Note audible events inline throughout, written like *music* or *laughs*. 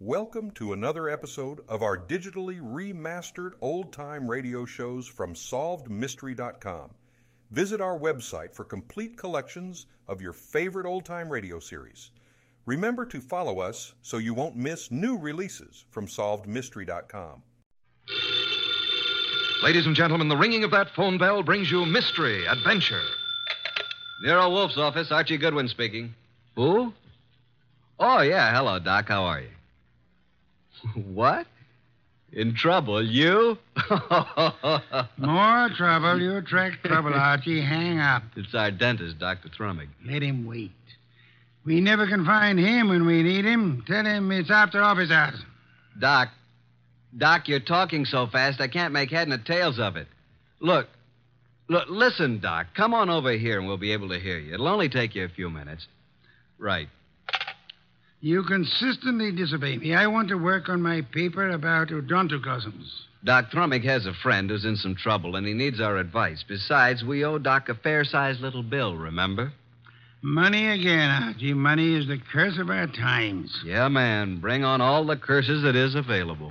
Welcome to another episode of our digitally remastered old time radio shows from SolvedMystery.com. Visit our website for complete collections of your favorite old time radio series. Remember to follow us so you won't miss new releases from SolvedMystery.com. Ladies and gentlemen, the ringing of that phone bell brings you mystery, adventure. Nero Wolf's office, Archie Goodwin speaking. Who? Oh, yeah. Hello, Doc. How are you? *laughs* what? In trouble? You? *laughs* More trouble. You attract trouble, Archie. Hang up. it's our dentist, Dr. Thrumming. Let him wait. We never can find him when we need him. Tell him it's after office hours. Doc, Doc, you're talking so fast I can't make head nor tails of it. Look, look, listen, Doc. Come on over here and we'll be able to hear you. It'll only take you a few minutes. Right. You consistently disobey me. I want to work on my paper about odontocosms. Doc Thrummig has a friend who's in some trouble, and he needs our advice. Besides, we owe Doc a fair sized little bill, remember? Money again, Archie. Money is the curse of our times. Yeah, man. Bring on all the curses that is available.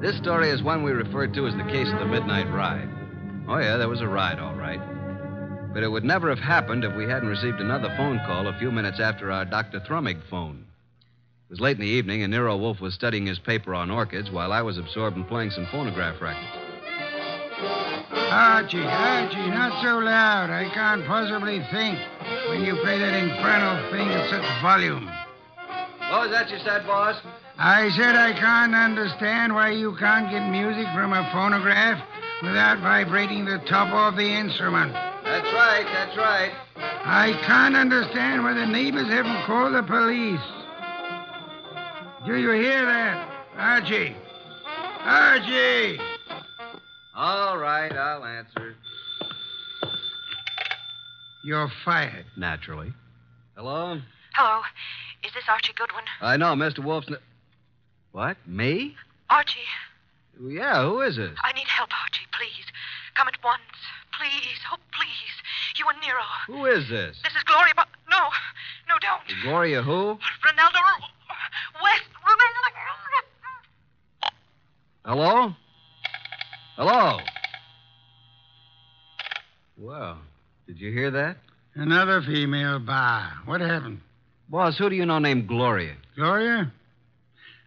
This story is one we refer to as the case of the Midnight Ride. Oh, yeah, there was a ride, all right. But it would never have happened if we hadn't received another phone call a few minutes after our Dr. Thrummig phone. It was late in the evening, and Nero Wolf was studying his paper on orchids while I was absorbed in playing some phonograph records. Archie, Archie, not so loud. I can't possibly think when you play that infernal thing at such volume. What was that you said, boss? I said I can't understand why you can't get music from a phonograph without vibrating the top of the instrument. That's right, that's right. I can't understand why the neighbors haven't called the police. Do you hear that, Archie? Archie! All right, I'll answer. You're fired. Naturally. Hello? Hello. Oh, Is this Archie Goodwin? I know, Mr. Wolf's. N- what? Me? Archie, Yeah, who is it? I need help, Archie, please. Come at once. Please. Oh, please. You and Nero. Who is this? This is Gloria, but no. No, don't. Gloria who? Ronaldo West. Hello? Hello? Well, did you hear that? Another female bar. What happened? Boss, who do you know named Gloria? Gloria?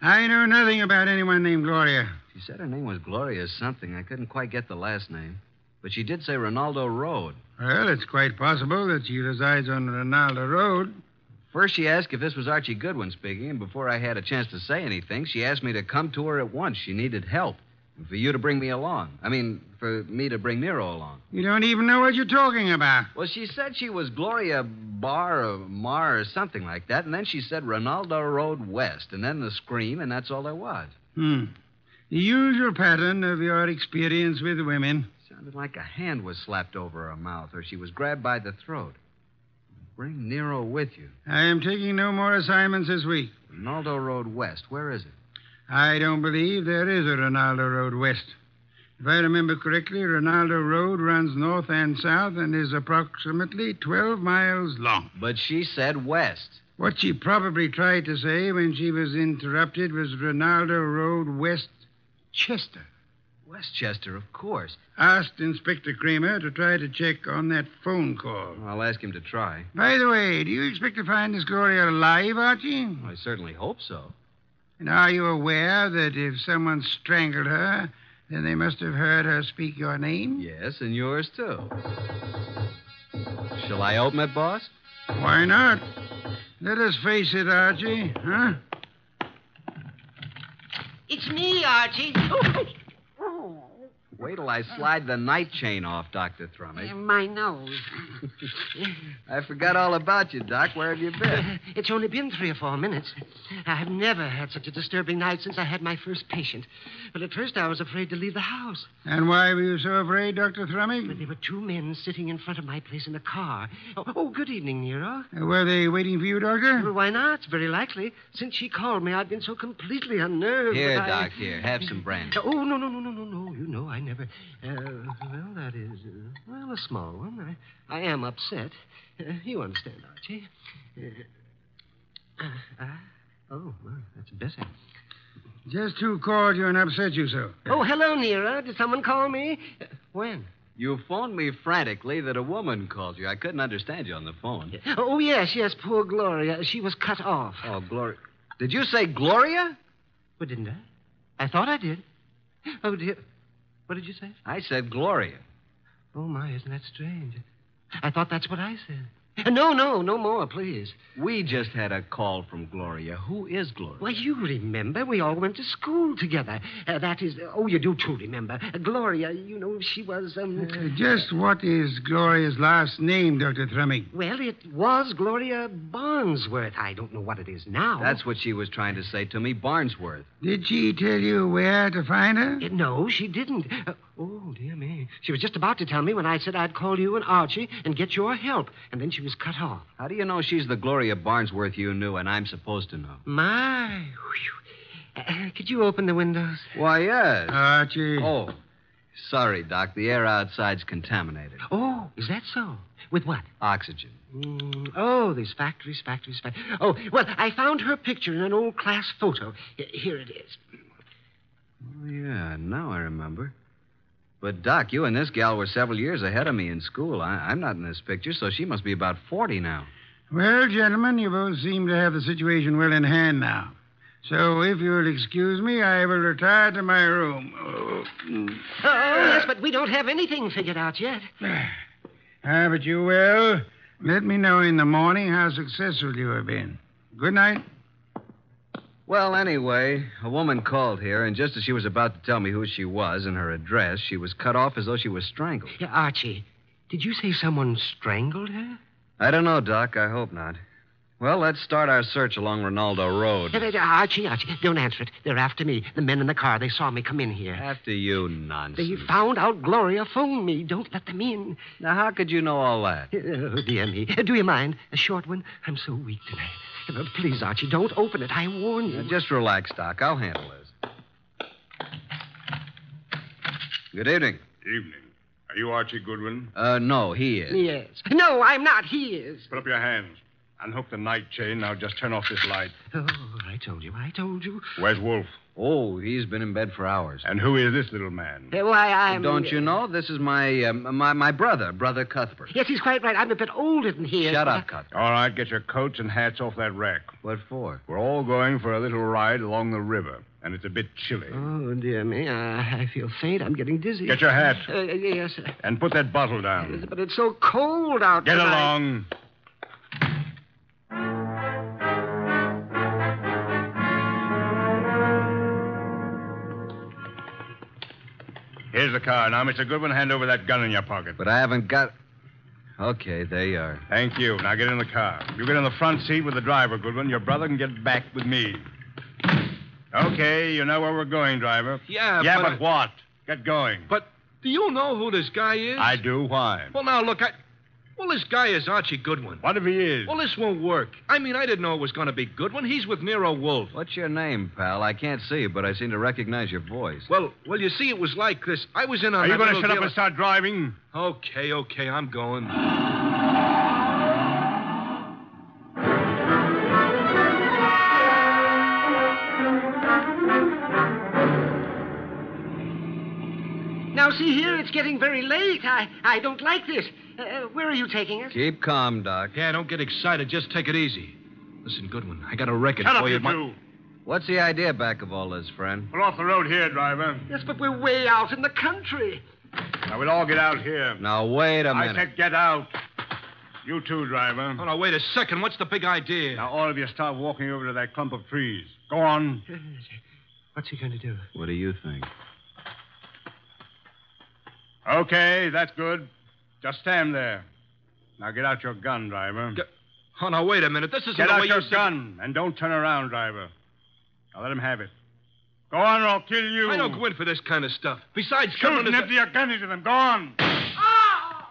I know nothing about anyone named Gloria. She said her name was Gloria something. I couldn't quite get the last name. But she did say Ronaldo Road. Well, it's quite possible that she resides on Ronaldo Road. First, she asked if this was Archie Goodwin speaking, and before I had a chance to say anything, she asked me to come to her at once. She needed help. And for you to bring me along. I mean, for me to bring Nero along. You don't even know what you're talking about. Well, she said she was Gloria Barr or Mar or something like that, and then she said Ronaldo Road West, and then the scream, and that's all there was. Hmm. The usual pattern of your experience with women. Sounded like a hand was slapped over her mouth, or she was grabbed by the throat. Bring Nero with you. I am taking no more assignments this week. Ronaldo Road West, where is it? I don't believe there is a Ronaldo Road West. If I remember correctly, Ronaldo Road runs north and south and is approximately 12 miles long. But she said West. What she probably tried to say when she was interrupted was Ronaldo Road West Chester. Westchester, of course. Asked Inspector Kramer to try to check on that phone call. I'll ask him to try. By the way, do you expect to find this Gloria alive, Archie? I certainly hope so. And are you aware that if someone strangled her, then they must have heard her speak your name? Yes, and yours too. Shall I open it, boss? Why not? Let us face it, Archie, huh? It's *laughs* me, Archie. Oh, Wait till I slide the night chain off, Dr. Thrumming. My nose. I forgot all about you, Doc. Where have you been? *laughs* It's only been three or four minutes. I've never had such a disturbing night since I had my first patient. But at first I was afraid to leave the house. And why were you so afraid, Dr. But Thrumming? there were two men sitting in front of my place in a car. Oh, oh, good evening, Nero. Were they waiting for you, Well, Hmm. Doctor? why not? It's very likely. Since she called me, I've been so completely *laughs* unnerved. Here, that I- Doc, here. Have some brandy. Oh, no, no, no, no, no, no. You know, I never. Uh, well, that is. Uh, well, a small one. I, I am upset. Uh, you understand, Archie. Uh, uh, oh, well, that's better. Just who called you and upset you so? Oh, hello, Nira. Did someone call me? Uh, when? You phoned me frantically that a woman called you. I couldn't understand you on the phone. Oh, yes, yes, poor Gloria. She was cut off. Oh, Gloria. Did you say Gloria? But Oh, didn't I? I thought I did. Oh, dear. What did you say? I said Gloria. Oh, my, isn't that strange? I thought that's what I said. Uh, No, no, no more, please. We just had a call from Gloria. Who is Gloria? Well, you remember we all went to school together. Uh, that is, oh, you do too remember. Uh, Gloria, you know she was. Um, Uh, just what is Gloria's last name, Dr. Thrumming? well, it was Gloria Barnesworth. I don't know what it is now. That's what she was trying to say to me, Barnesworth. Did she tell you where to find her? Uh, No, she didn't. Uh, oh, dear me. She was just about to tell me when I said I'd call you and Archie and get your help, and then she was cut off. How do you know she's the Gloria Barnesworth you knew and I'm supposed to know? My, whew. Uh, could you open the windows? Why, yes. Uh, Archie. oh, sorry, Doc. The air outside's contaminated. Oh, is that so? With what? Oxygen. Mm, oh, these factories, factories, factories. Oh, well, I found her picture in an old class photo. H- Here it is. Oh, yeah, now I remember. But, Doc, you and this gal were several years ahead of me in school. I, I'm not in this picture, so she must be about 40 now. Well, gentlemen, you both seem to have the situation well in hand now. So, if you'll excuse me, I will retire to my room. Oh. mm. Oh, yes, but we don't have anything figured out yet. Ah, but you will. Let me know in the morning how successful you have been. Good night. Well, anyway, a woman called here, and just as she was about to tell me who she was and her address, she was cut off as though she was strangled. Yeah, Archie, did you say someone strangled her? I don't know, Doc. I hope not. Well, let's start our search along Ronaldo Yeah, Road. they- Archie, Archie, don't answer it. They're after me. The men in the car, they saw me come in here. After you, They nonsense. found out Gloria phoned me. Don't let them in. Now, how could you know all that? Oh, dear me. Do you mind? A short one? I'm so weak tonight. Uh, Please, Archie, don't open it. I warn you. Now, Uh, just relax, Doc. I'll handle this. Good evening. Evening. Are you Archie Goodwin? Uh, no, he is. Yes. No, I'm not. He is. Put up your hands. Unhook the night chain. Now just turn off this light. Oh, I told you. I told you. Where's Wolf? Oh, he's been in bed for hours. And who is this little man? Uh, Why, I'm. Don't you know? This is my um, my my brother, brother Cuthbert. Yes, he's quite right. I'm a bit older than he is. Shut but up, Cuthbert. All right, get your coats and hats off that rack. What for? We're all going for a little ride along the river, and it's a bit chilly. I- Oh, dear me. Uh, I feel faint. I'm getting dizzy. Get your hat Uh, yes, sir. and put that bottle down. But it's so cold out Get tonight. along. Here's the car. Now, Mr. Goodwin, hand over that gun in your pocket. But I haven't got. Okay, there you are. Thank you. Now get in the car. You get in the front seat with the driver, Goodwin. Your brother can get back with me. Okay, you know where we're going, driver. Yeah, yeah, but but what? Get going. But do you know who this guy is? I do. Why? Well, now, look, I. Well, this guy is Archie Goodwin. What if he is? Well, this won't work. I mean, I didn't know it was going to be Goodwin. He's with Nero Wolf. What's your name, pal? I can't see you, but I seem to recognize your voice. Well, well, you see, it was like this. I was in on Are you that going to little shut up deal- and start driving? Okay, okay, I'm going. Now, see here, it's getting very late. I, I don't like this. Uh, where are you taking us? Keep calm, Doc. Yeah, don't get excited. Just take it easy. Listen, Goodwin, I got a record Shut for up, you. you My- two. What's the idea back of all this, friend? We're off the road here, driver. Yes, but we're way out in the country. Now, we'll all get out here. Now, wait a I minute. said get out. You too, driver. Oh, no, wait a second. What's the big idea? *laughs* Now, all of you start walking over to that clump of trees. Go on. What's he going to do? What do you think? Okay, that's good. Just stand there. Now get out your gun, driver. Get- Oh, now, wait a minute. This isn't Get the out way your you... gun and don't turn around, driver. Now let him have it. Go on or I'll kill you. I don't go in for this kind of stuff. Besides, Shoot Cumberland and is a- empty your gun into them. Go on. Oh.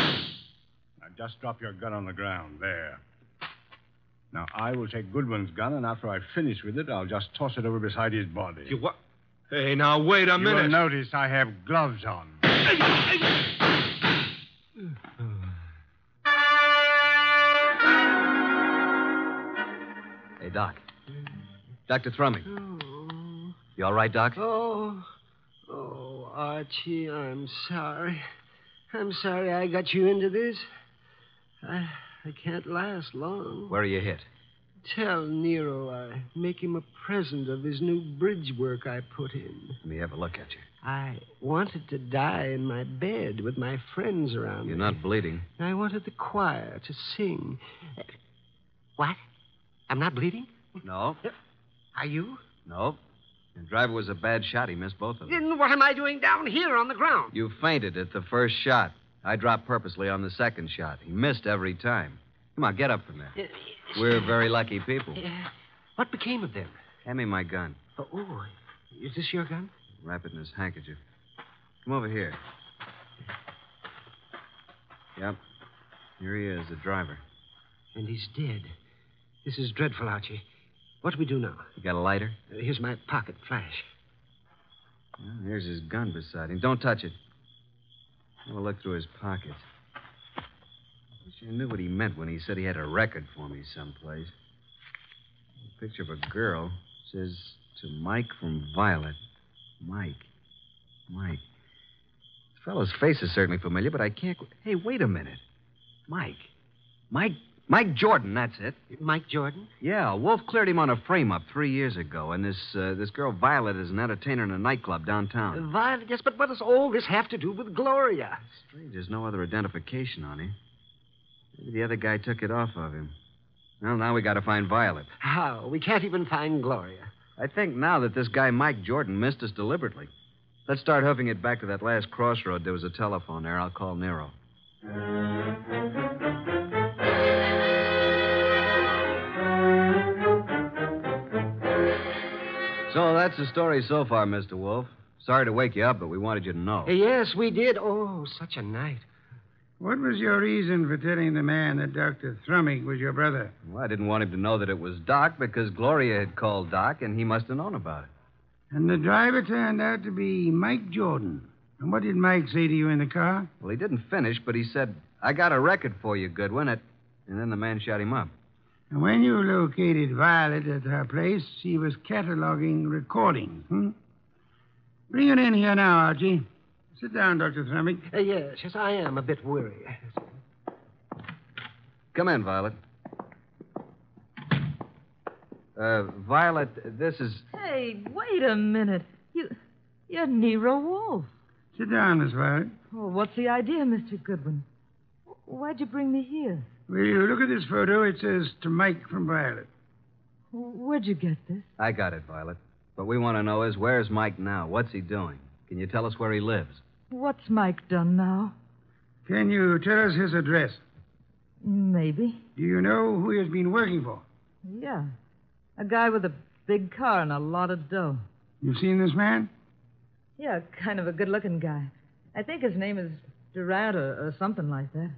Now just drop your gun on the ground. There. Now I will take Goodwin's gun, and after I finish with it, I'll just toss it over beside his body. You what? Hey, now, wait a You will minute. notice I have gloves on. Hey, Doc. Dr. Thrumming. Oh, You all right, Doc? oh, oh, Archie, I'm sorry. I'm sorry I got you into this. I, I can't last long. Where are you hit? Tell Nero I make him a present of his new bridge work I put in. Let me have a look at you. I wanted to die in my bed with my friends around You're me. not bleeding. I wanted the choir to sing. What? I'm not bleeding? No, Are you? no. The driver was a bad shot. He missed both of them. Then what am I doing down here on the ground? You fainted at the first shot. I dropped purposely on the second shot. He missed every time. Come on, get up from there. We're very lucky people. Uh, what became of them? Hand me my gun. Oh, oh, is this your gun? Wrap it in his handkerchief. Come over here. Yep. Here he is, the driver. And he's dead. This is dreadful, Archie. What do we do now? You got a lighter? Uh, here's my pocket flash. Well, here's his gun beside him. Don't touch it. Have a look through his pockets. Wish I knew what he meant when he said he had a record for me someplace. A picture of a girl says to Mike from Violet. Mike. Mike. This fellow's face is certainly familiar, but I can't. qu- Hey, wait a minute. Mike. Mike. Mike Jordan, that's it. Mike Jordan? Yeah, Wolf cleared him on a frame up three years ago, and this uh, this girl Violet is an entertainer in a nightclub downtown. Uh, Violet, yes, but what does all this have to do with Gloria? Strange, there's no other identification on him. Maybe the other guy took it off of him. Well, now we gotta find Violet. How? We can't even find Gloria. I think now that this guy Mike Jordan missed us deliberately. Let's start hoofing it back to that last crossroad. There was a telephone there. I'll call Nero. So that's the story so far, Mr. Wolf. Sorry to wake you up, but we wanted you to know. Uh, yes, we did. Oh, such a night. What was your reason for telling the man that Dr. Thrumming was your brother? Well, I didn't want him to know that it was Doc because Gloria had called Doc, and he must have known about it. And the driver turned out to be Mike Jordan. And what did Mike say to you in the car? Well, he didn't finish, but he said, I got a record for you, Goodwin. It... And then the man shot him up. And when you located Violet at her place, she was cataloging recordings, hmm? Bring it in here now, Archie. Sit down, Dr. Thrumming. Uh, yes, yes, I am a bit weary. Come in, Violet. Uh, Violet, this is. Hey, wait a minute. You, you're Nero Wolf. Sit down, Miss Violet. Oh, what's the idea, Mr. Goodwin? Why'd you bring me here? Will you look at this photo? It says to Mike from Violet. Where'd you get this? I got it, Violet. What we want to know is where's Mike now? What's he doing? Can you tell us where he lives? What's Mike done now? Can you tell us his address? Maybe. Do you know who he has been working for? Yeah. A guy with a big car and a lot of dough. You've seen this man? Yeah, kind of a good looking guy. I think his name is Durant or, or something like that.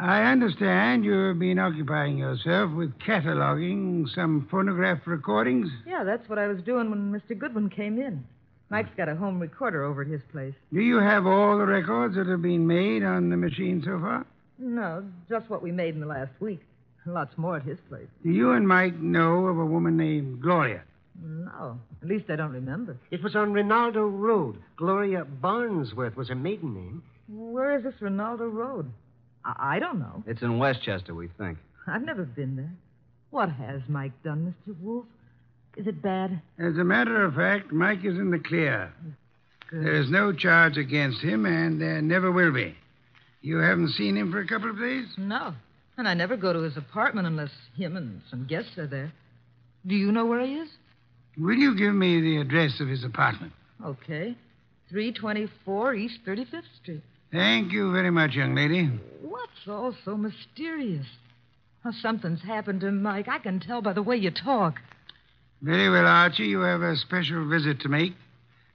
I understand you've been occupying yourself with cataloging some phonograph recordings. Yeah, that's what I was doing when Mr. Goodwin came in. Mike's got a home recorder over at his place. Do you have all the records that have been made on the machine so far? No, just what we made in the last week. Lots more at his place. Do you and Mike know of a woman named Gloria? No, at least I don't remember. It was on Rinaldo Road. Gloria Barnsworth was her maiden name. Where is this Ronaldo Road? I, I don't know. It's in Westchester, we think. I've never been there. What has Mike done, Mr. Wolf? Is it bad? As a matter of fact, Mike is in the clear. There is no charge against him, and there never will be. You haven't seen him for a couple of days? No. And I never go to his apartment unless him and some guests are there. Do you know where he is? Will you give me the address of his apartment? Okay. 324 East 35th Street. Thank you very much, young lady. What's all so mysterious? Oh, something's happened to Mike. I can tell by the way you talk. Very well, Archie. You have a special visit to make.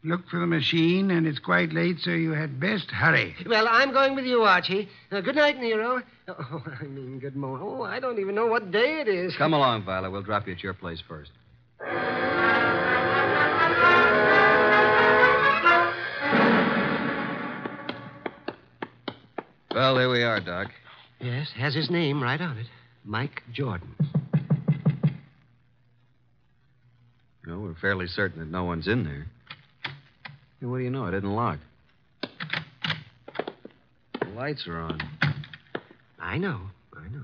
Look for the machine, and it's quite late, so you had best hurry. Well, I'm going with you, Archie. Uh, good night, Nero. Oh, *laughs* I mean, good morning. Oh, I don't even know what day it is. Come along, Violet. We'll drop you at your place first. Well, here we are, Doc. Yes, has his name right on it Mike Jordan. No, we're fairly certain that no one's in there. Hey, what do you know? It didn't lock. The lights are on. I know, I know.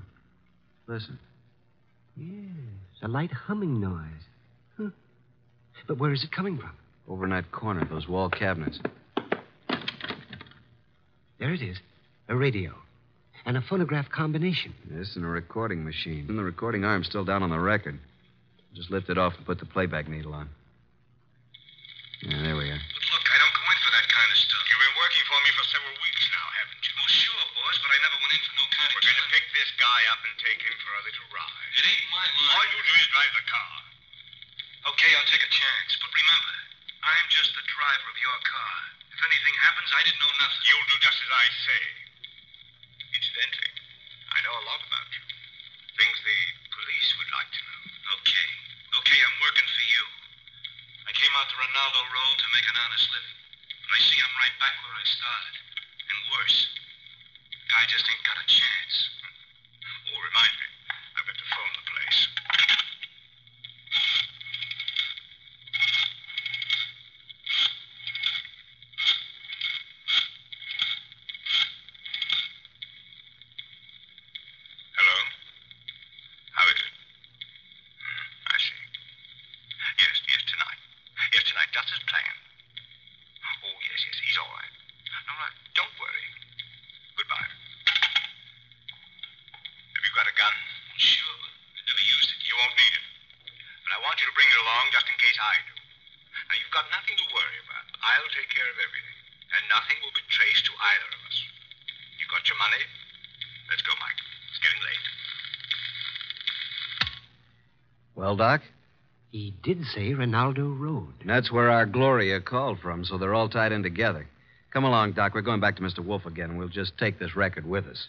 Listen. Yes, a light humming noise. Huh. But where is it coming from? Over in that corner, those wall cabinets. There it is a radio and a phonograph combination. This and a recording machine. And the recording arm's still down on the record. Just lift it off and put the playback needle on. Yeah, there we are. But look, I don't go in for that kind of stuff. You've been working for me for several weeks now, haven't you? Well, sure, boss, but I never went in for no kind of. We're going to pick this guy up and take him for a little ride. It ain't my line. All you do is drive the car. Okay, I'll take a chance, but remember, I'm just the driver of your car. If anything happens, I didn't know nothing. You'll do just as I say. Incidentally, I know a lot about you. Things the police would like to know. Okay. Okay, I'm working for you. I came out to Ronaldo Road to make an honest living. But I see I'm right back where I started. And worse. Guy just ain't got a chance. Oh, remind me. I've got to phone the place. Hello? How is it? Hmm, I see. Yes, yes, tonight. Yes, tonight, just as planned. Oh, yes, yes, he's all right. No, no, don't worry. Goodbye. Have you got a gun? Sure, but I never used it. You won't need it. But I want you to bring it along just in case I do. Now, you've got nothing to worry about. I'll take care of everything. And nothing will be traced to either of us. You got your money? Let's go, Mike. It's getting late. Well, Doc? He did say Ronaldo Road. And that's where our Gloria called from, so they're all tied in together. Come along, Doc. We're going back to Mr. Wolf again, and we'll just take this record with us.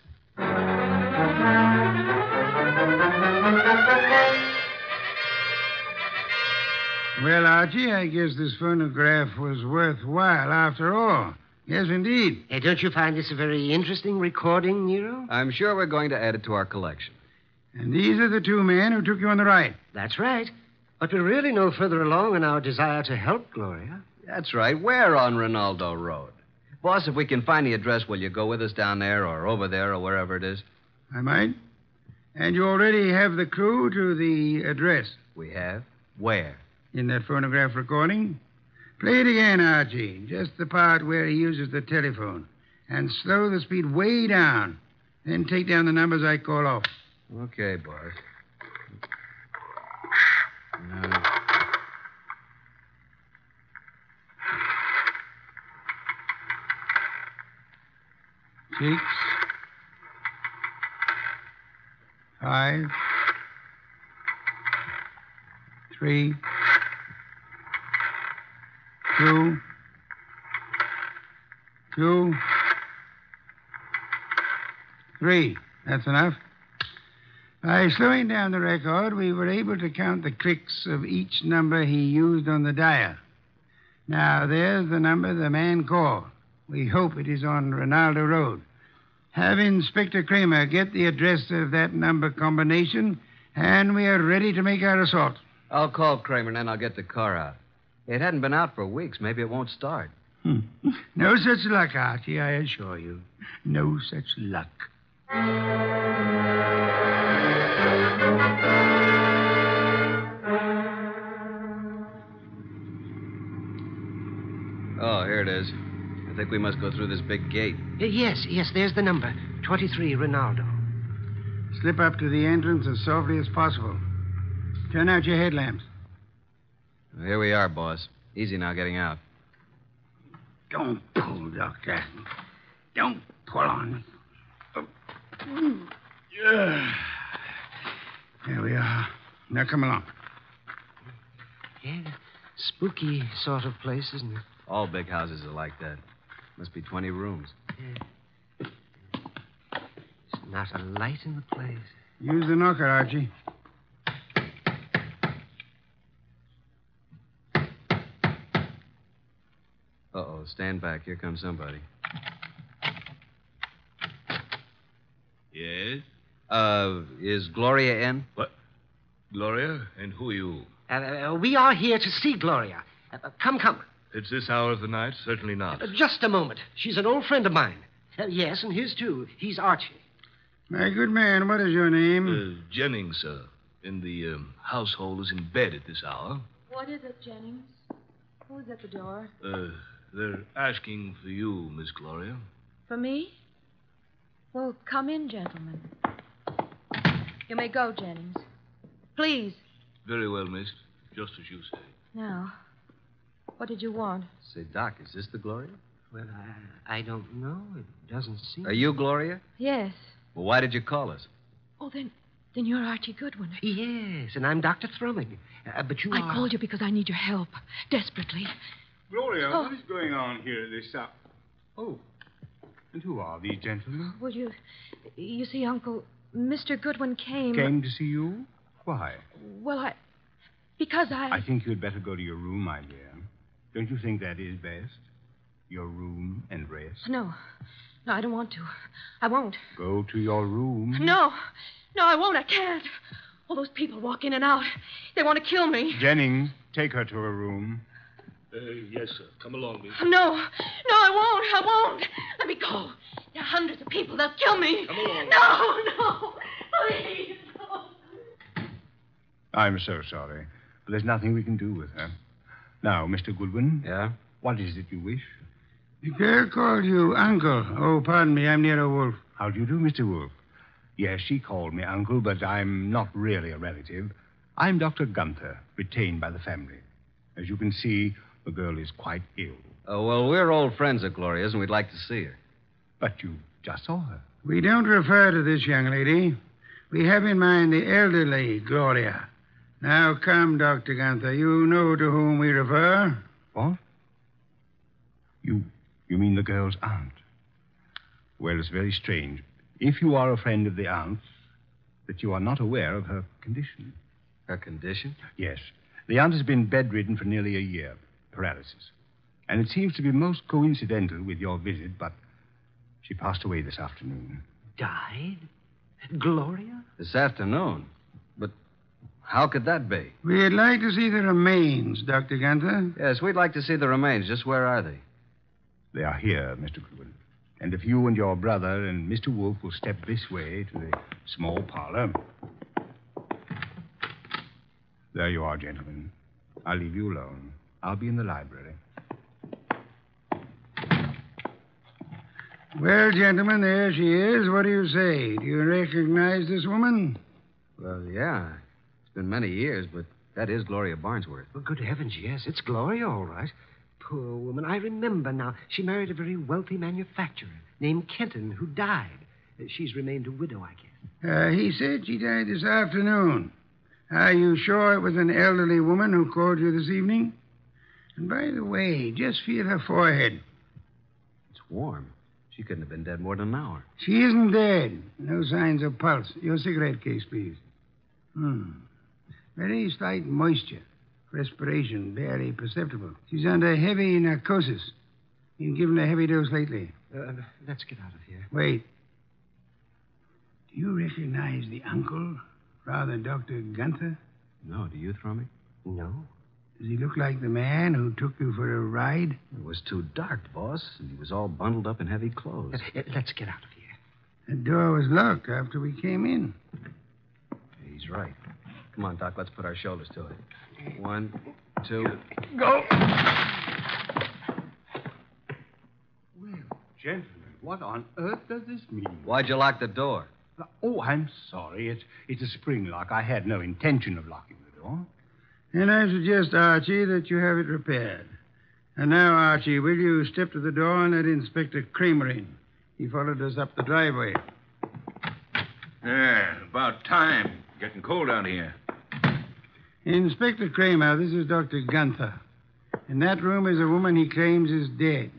Well, Archie, I guess this phonograph was worthwhile after all. Yes, indeed. Hey, don't you find this a very interesting recording, Nero? I'm sure we're going to add it to our collection. And these are the two men who took you on the ride. That's right. But we're really no further along in our desire to help Gloria. That's right. We're on Ronaldo Road. Boss, if we can find the address, will you go with us down there or over there or wherever it is? I might. And you already have the clue to the address We have. Where? in that phonograph recording. Play it again, Archie. Just the part where he uses the telephone. And slow the speed way down. Then take down the numbers I call off. Okay, boss. Six. Five. Three. Two. Two. Three. That's enough. By slowing down the record, we were able to count the clicks of each number he used on the dial. Now, there's the number the man called. We hope it is on Ronaldo Road. Have Inspector Kramer get the address of that number combination, and we are ready to make our assault. I'll call Kramer and then I'll get the car out. It hadn't been out for weeks. Maybe it won't start. No such luck, Archie, I assure you. No such luck. Oh, here it is. I think we must go through this big gate. Uh, yes, yes, there's the number 23 Ronaldo. Slip up to the entrance as softly as possible. Turn out your headlamps. Well, here we are, boss. Easy now getting out. Don't pull, Doctor. Don't pull on me. Yeah. There we are. Now come along. Yeah, spooky sort of place, isn't it? All big houses are like that. Must be 20 rooms. There's not a light in the place. Use the knocker, Archie. Uh oh, stand back. Here comes somebody. Yes? Uh, is Gloria in? What? Gloria? And who are you? Uh, uh, we are here to see Gloria. Uh, uh, come, come. At this hour of the night? Certainly not. Uh, just a moment. She's an old friend of mine. Uh, yes, and his too. He's Archie. My good man, what is your name? Uh, Jennings, sir. And the um, household is in bed at this hour. What is it, Jennings? Who's at the door? Uh, they're asking for you, Miss Gloria. For me? Well, come in, gentlemen. You may go, Jennings. Please. Very well, miss. Just as you say. Now, what did you want? Say, Doc, is this the Gloria? Well, I, I don't know. It doesn't seem. Are you Gloria? Yes. Well, why did you call us? Oh, then, then you're Archie Goodwin. Yes, and I'm Dr. Thrumming. Uh, but you I are. called you because I need your help desperately. Gloria, Oh. what is going on here this hour? Oh. And who are these gentlemen? Well, you, you see, Uncle, Mr. Goodwin came. Came to see you? Why? Well, I, because I. I think you'd better go to your room, my dear. Don't you think that is best? Your room and rest. No, no, I don't want to. I won't. Go to your room. No, no, I won't. I can't. All those people walk in and out. They want to kill me. Jennings, take her to her room. Uh, yes, sir. Come along, miss. No, no, I won't. I won't. Let me go. There are hundreds of people. They'll kill me. Come along. No, no, please. no. I'm so sorry, but there's nothing we can do with her. Now, Mr. Goodwin. Yeah? What is it you wish? The girl called you Uncle. Oh, pardon me, I'm Nero Wolf. How do you do, Mr. Wolf? Yes, she called me uncle, but I'm not really a relative. I'm Dr. Gunther, retained by the family. As you can see, the girl is quite ill. Uh, well, we're old friends of Gloria's, and we'd like to see her. But you just saw her. We don't refer to this young lady. We have in mind the elderly Gloria. Now come, Dr. Gunther. You know to whom we refer. What? You you mean the girl's aunt? Well, it's very strange. If you are a friend of the aunt's, that you are not aware of her condition. Her condition? Yes. The aunt has been bedridden for nearly a year, paralysis. And it seems to be most coincidental with your visit, but she passed away this afternoon. Died? Gloria? This afternoon. But how could that be? We'd like to see the remains, Dr. Gunther. Yes, we'd like to see the remains. Just where are they? They are here, Mr. Goodwin. And if you and your brother and Mr. Wolf will step this way to the small parlor. There you are, gentlemen. I'll leave you alone. I'll be in the library. Well, gentlemen, there she is. What do you say? Do you recognize this woman? Well, yeah. It's been many years, but that is Gloria Barnesworth. Well, good heavens, yes. It's Gloria, all right. Poor woman. I remember now. She married a very wealthy manufacturer named Kenton who died. Uh, She's remained a widow, I guess. Uh, he said she died this afternoon. Are you sure it was an elderly woman who called you this evening? And by the way, just feel her forehead. It's warm. She couldn't have been dead more than an hour. She isn't dead. No signs of pulse. Your cigarette case, please. Hmm. Very slight moisture. Respiration barely perceptible. She's under heavy narcosis. Been given a heavy dose lately. Uh, let's get out of here. Wait. Do you recognize the uncle? Rather, Dr. Gunther? No, do you, Thrummy? No. Does he look like the man who took you for a ride? It was too dark, boss, and he was all bundled up in heavy clothes. Uh, uh, let's get out of The here. door was locked after we came in. He's right. Come on, Doc, let's put our shoulders to it. One, two. Gentlemen, what on earth does this mean? Uh, Why'd you lock the door? Oh, I'm sorry. It's, it's a spring lock. I had no intention of locking the door. And I suggest, Archie, that you have it repaired. And now, Archie, will you step to the door and let Inspector Kramer in? He followed us up the driveway. Yeah, about time. Getting cold out here. Inspector Kramer, this is Dr. Gunther. In that room is a woman he claims is dead.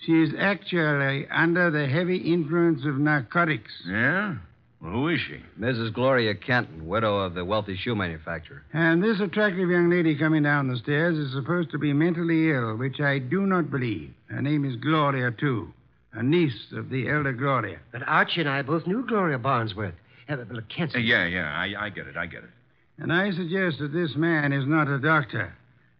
She is actually under the heavy influence of narcotics. Yeah? Well, who is she? Mrs. Gloria Canton, widow of the wealthy shoe manufacturer. And this attractive young lady coming down the stairs is supposed to be mentally ill, which I do not believe. Her name is Gloria, too, a niece of the elder Gloria. But Archie and I both knew Gloria Barnsworth. Uh, but Canton. yeah, yeah, I, I get it, I get it. And I suggest that this man is not a doctor,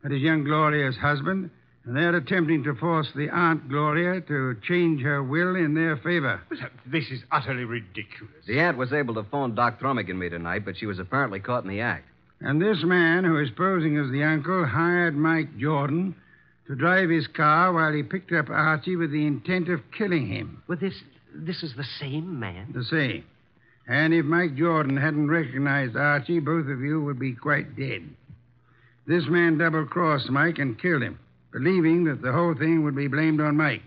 but his young Gloria's husband, and they're attempting to force the Aunt Gloria to change her will in their favor. This is utterly ridiculous. The aunt was able to phone Doc Thromick and me tonight, but she was apparently caught in the act. And this man, who is posing as the uncle, hired Mike Jordan to drive his car while he picked up Archie with the intent of killing him. Well, this this is the same man. The same. And if Mike Jordan hadn't recognized Archie, both of you would be quite dead. This man double crossed Mike and killed him, believing that the whole thing would be blamed on Mike.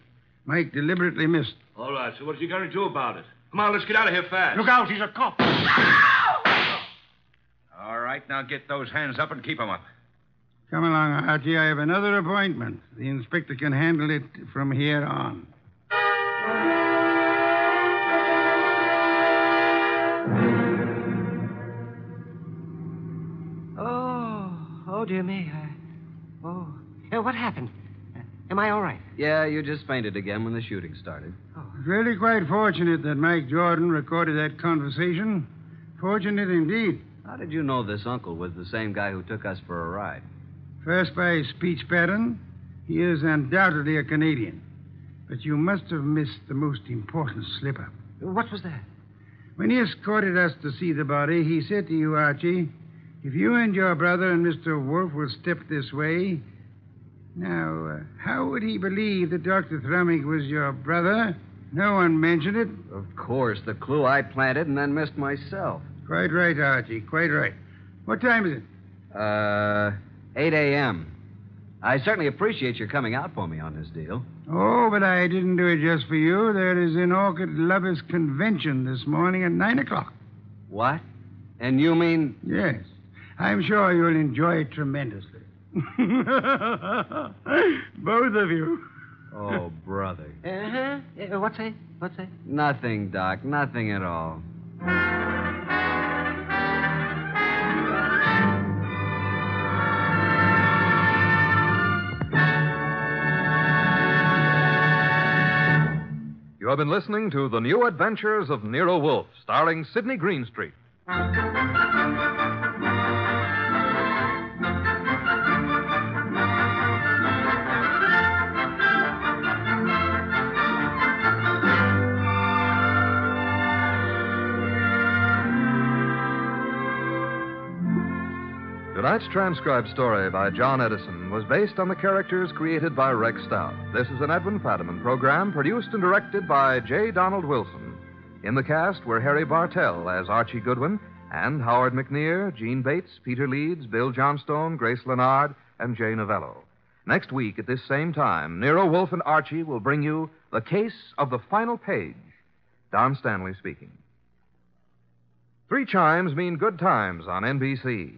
Mike deliberately missed. All right, so what are you going to do about it? Come on, let's get out of here fast. Look out, he's a *laughs* cop. All right, now get those hands up and keep 'em up. Come along, Archie. I have another appointment. The inspector can handle it from here on. Oh, oh, dear me. I, oh. Uh, what happened? Uh, am I all right? Yeah, you just fainted again when the shooting started. It's really quite fortunate that Mike Jordan recorded that conversation. Fortunate indeed. How did you know this uncle was the same guy who took us for a ride? First, by his speech pattern, he is undoubtedly a Canadian. But you must have missed the most important slip up. What was that? When he escorted us to see the body, he said to you, Archie, if you and your brother and Mr. Wolfe will step this way. Now, uh, how would he believe that Dr. Thrumming was your brother? No one mentioned it. Of course, the clue I planted and then missed myself. Quite right, Archie. Quite right. What time is it? Uh, 8 a.m. I certainly appreciate your coming out for me on this deal. Oh, but I didn't do it just for you. There is an orchid lovers' convention this morning at 9 o'clock. What? And you mean. Yes. I'm sure you'll enjoy it tremendously. *laughs* Both of you. Oh, brother. Uh-huh. Uh, what's that? What's that? Nothing, Doc. Nothing at all. You have been listening to The New Adventures of Nero Wolfe, starring Sidney Greenstreet. Tonight's transcribed story by John Edison was based on the characters created by Rex Stout. This is an Edwin Fadiman program produced and directed by J. Donald Wilson. In the cast were Harry Bartell as Archie Goodwin and Howard McNear, Gene Bates, Peter Leeds, Bill Johnstone, Grace Lennard, and Jay Novello. Next week at this same time, Nero Wolfe and Archie will bring you The Case of the Final Page. Don Stanley speaking. Three chimes mean good times on NBC.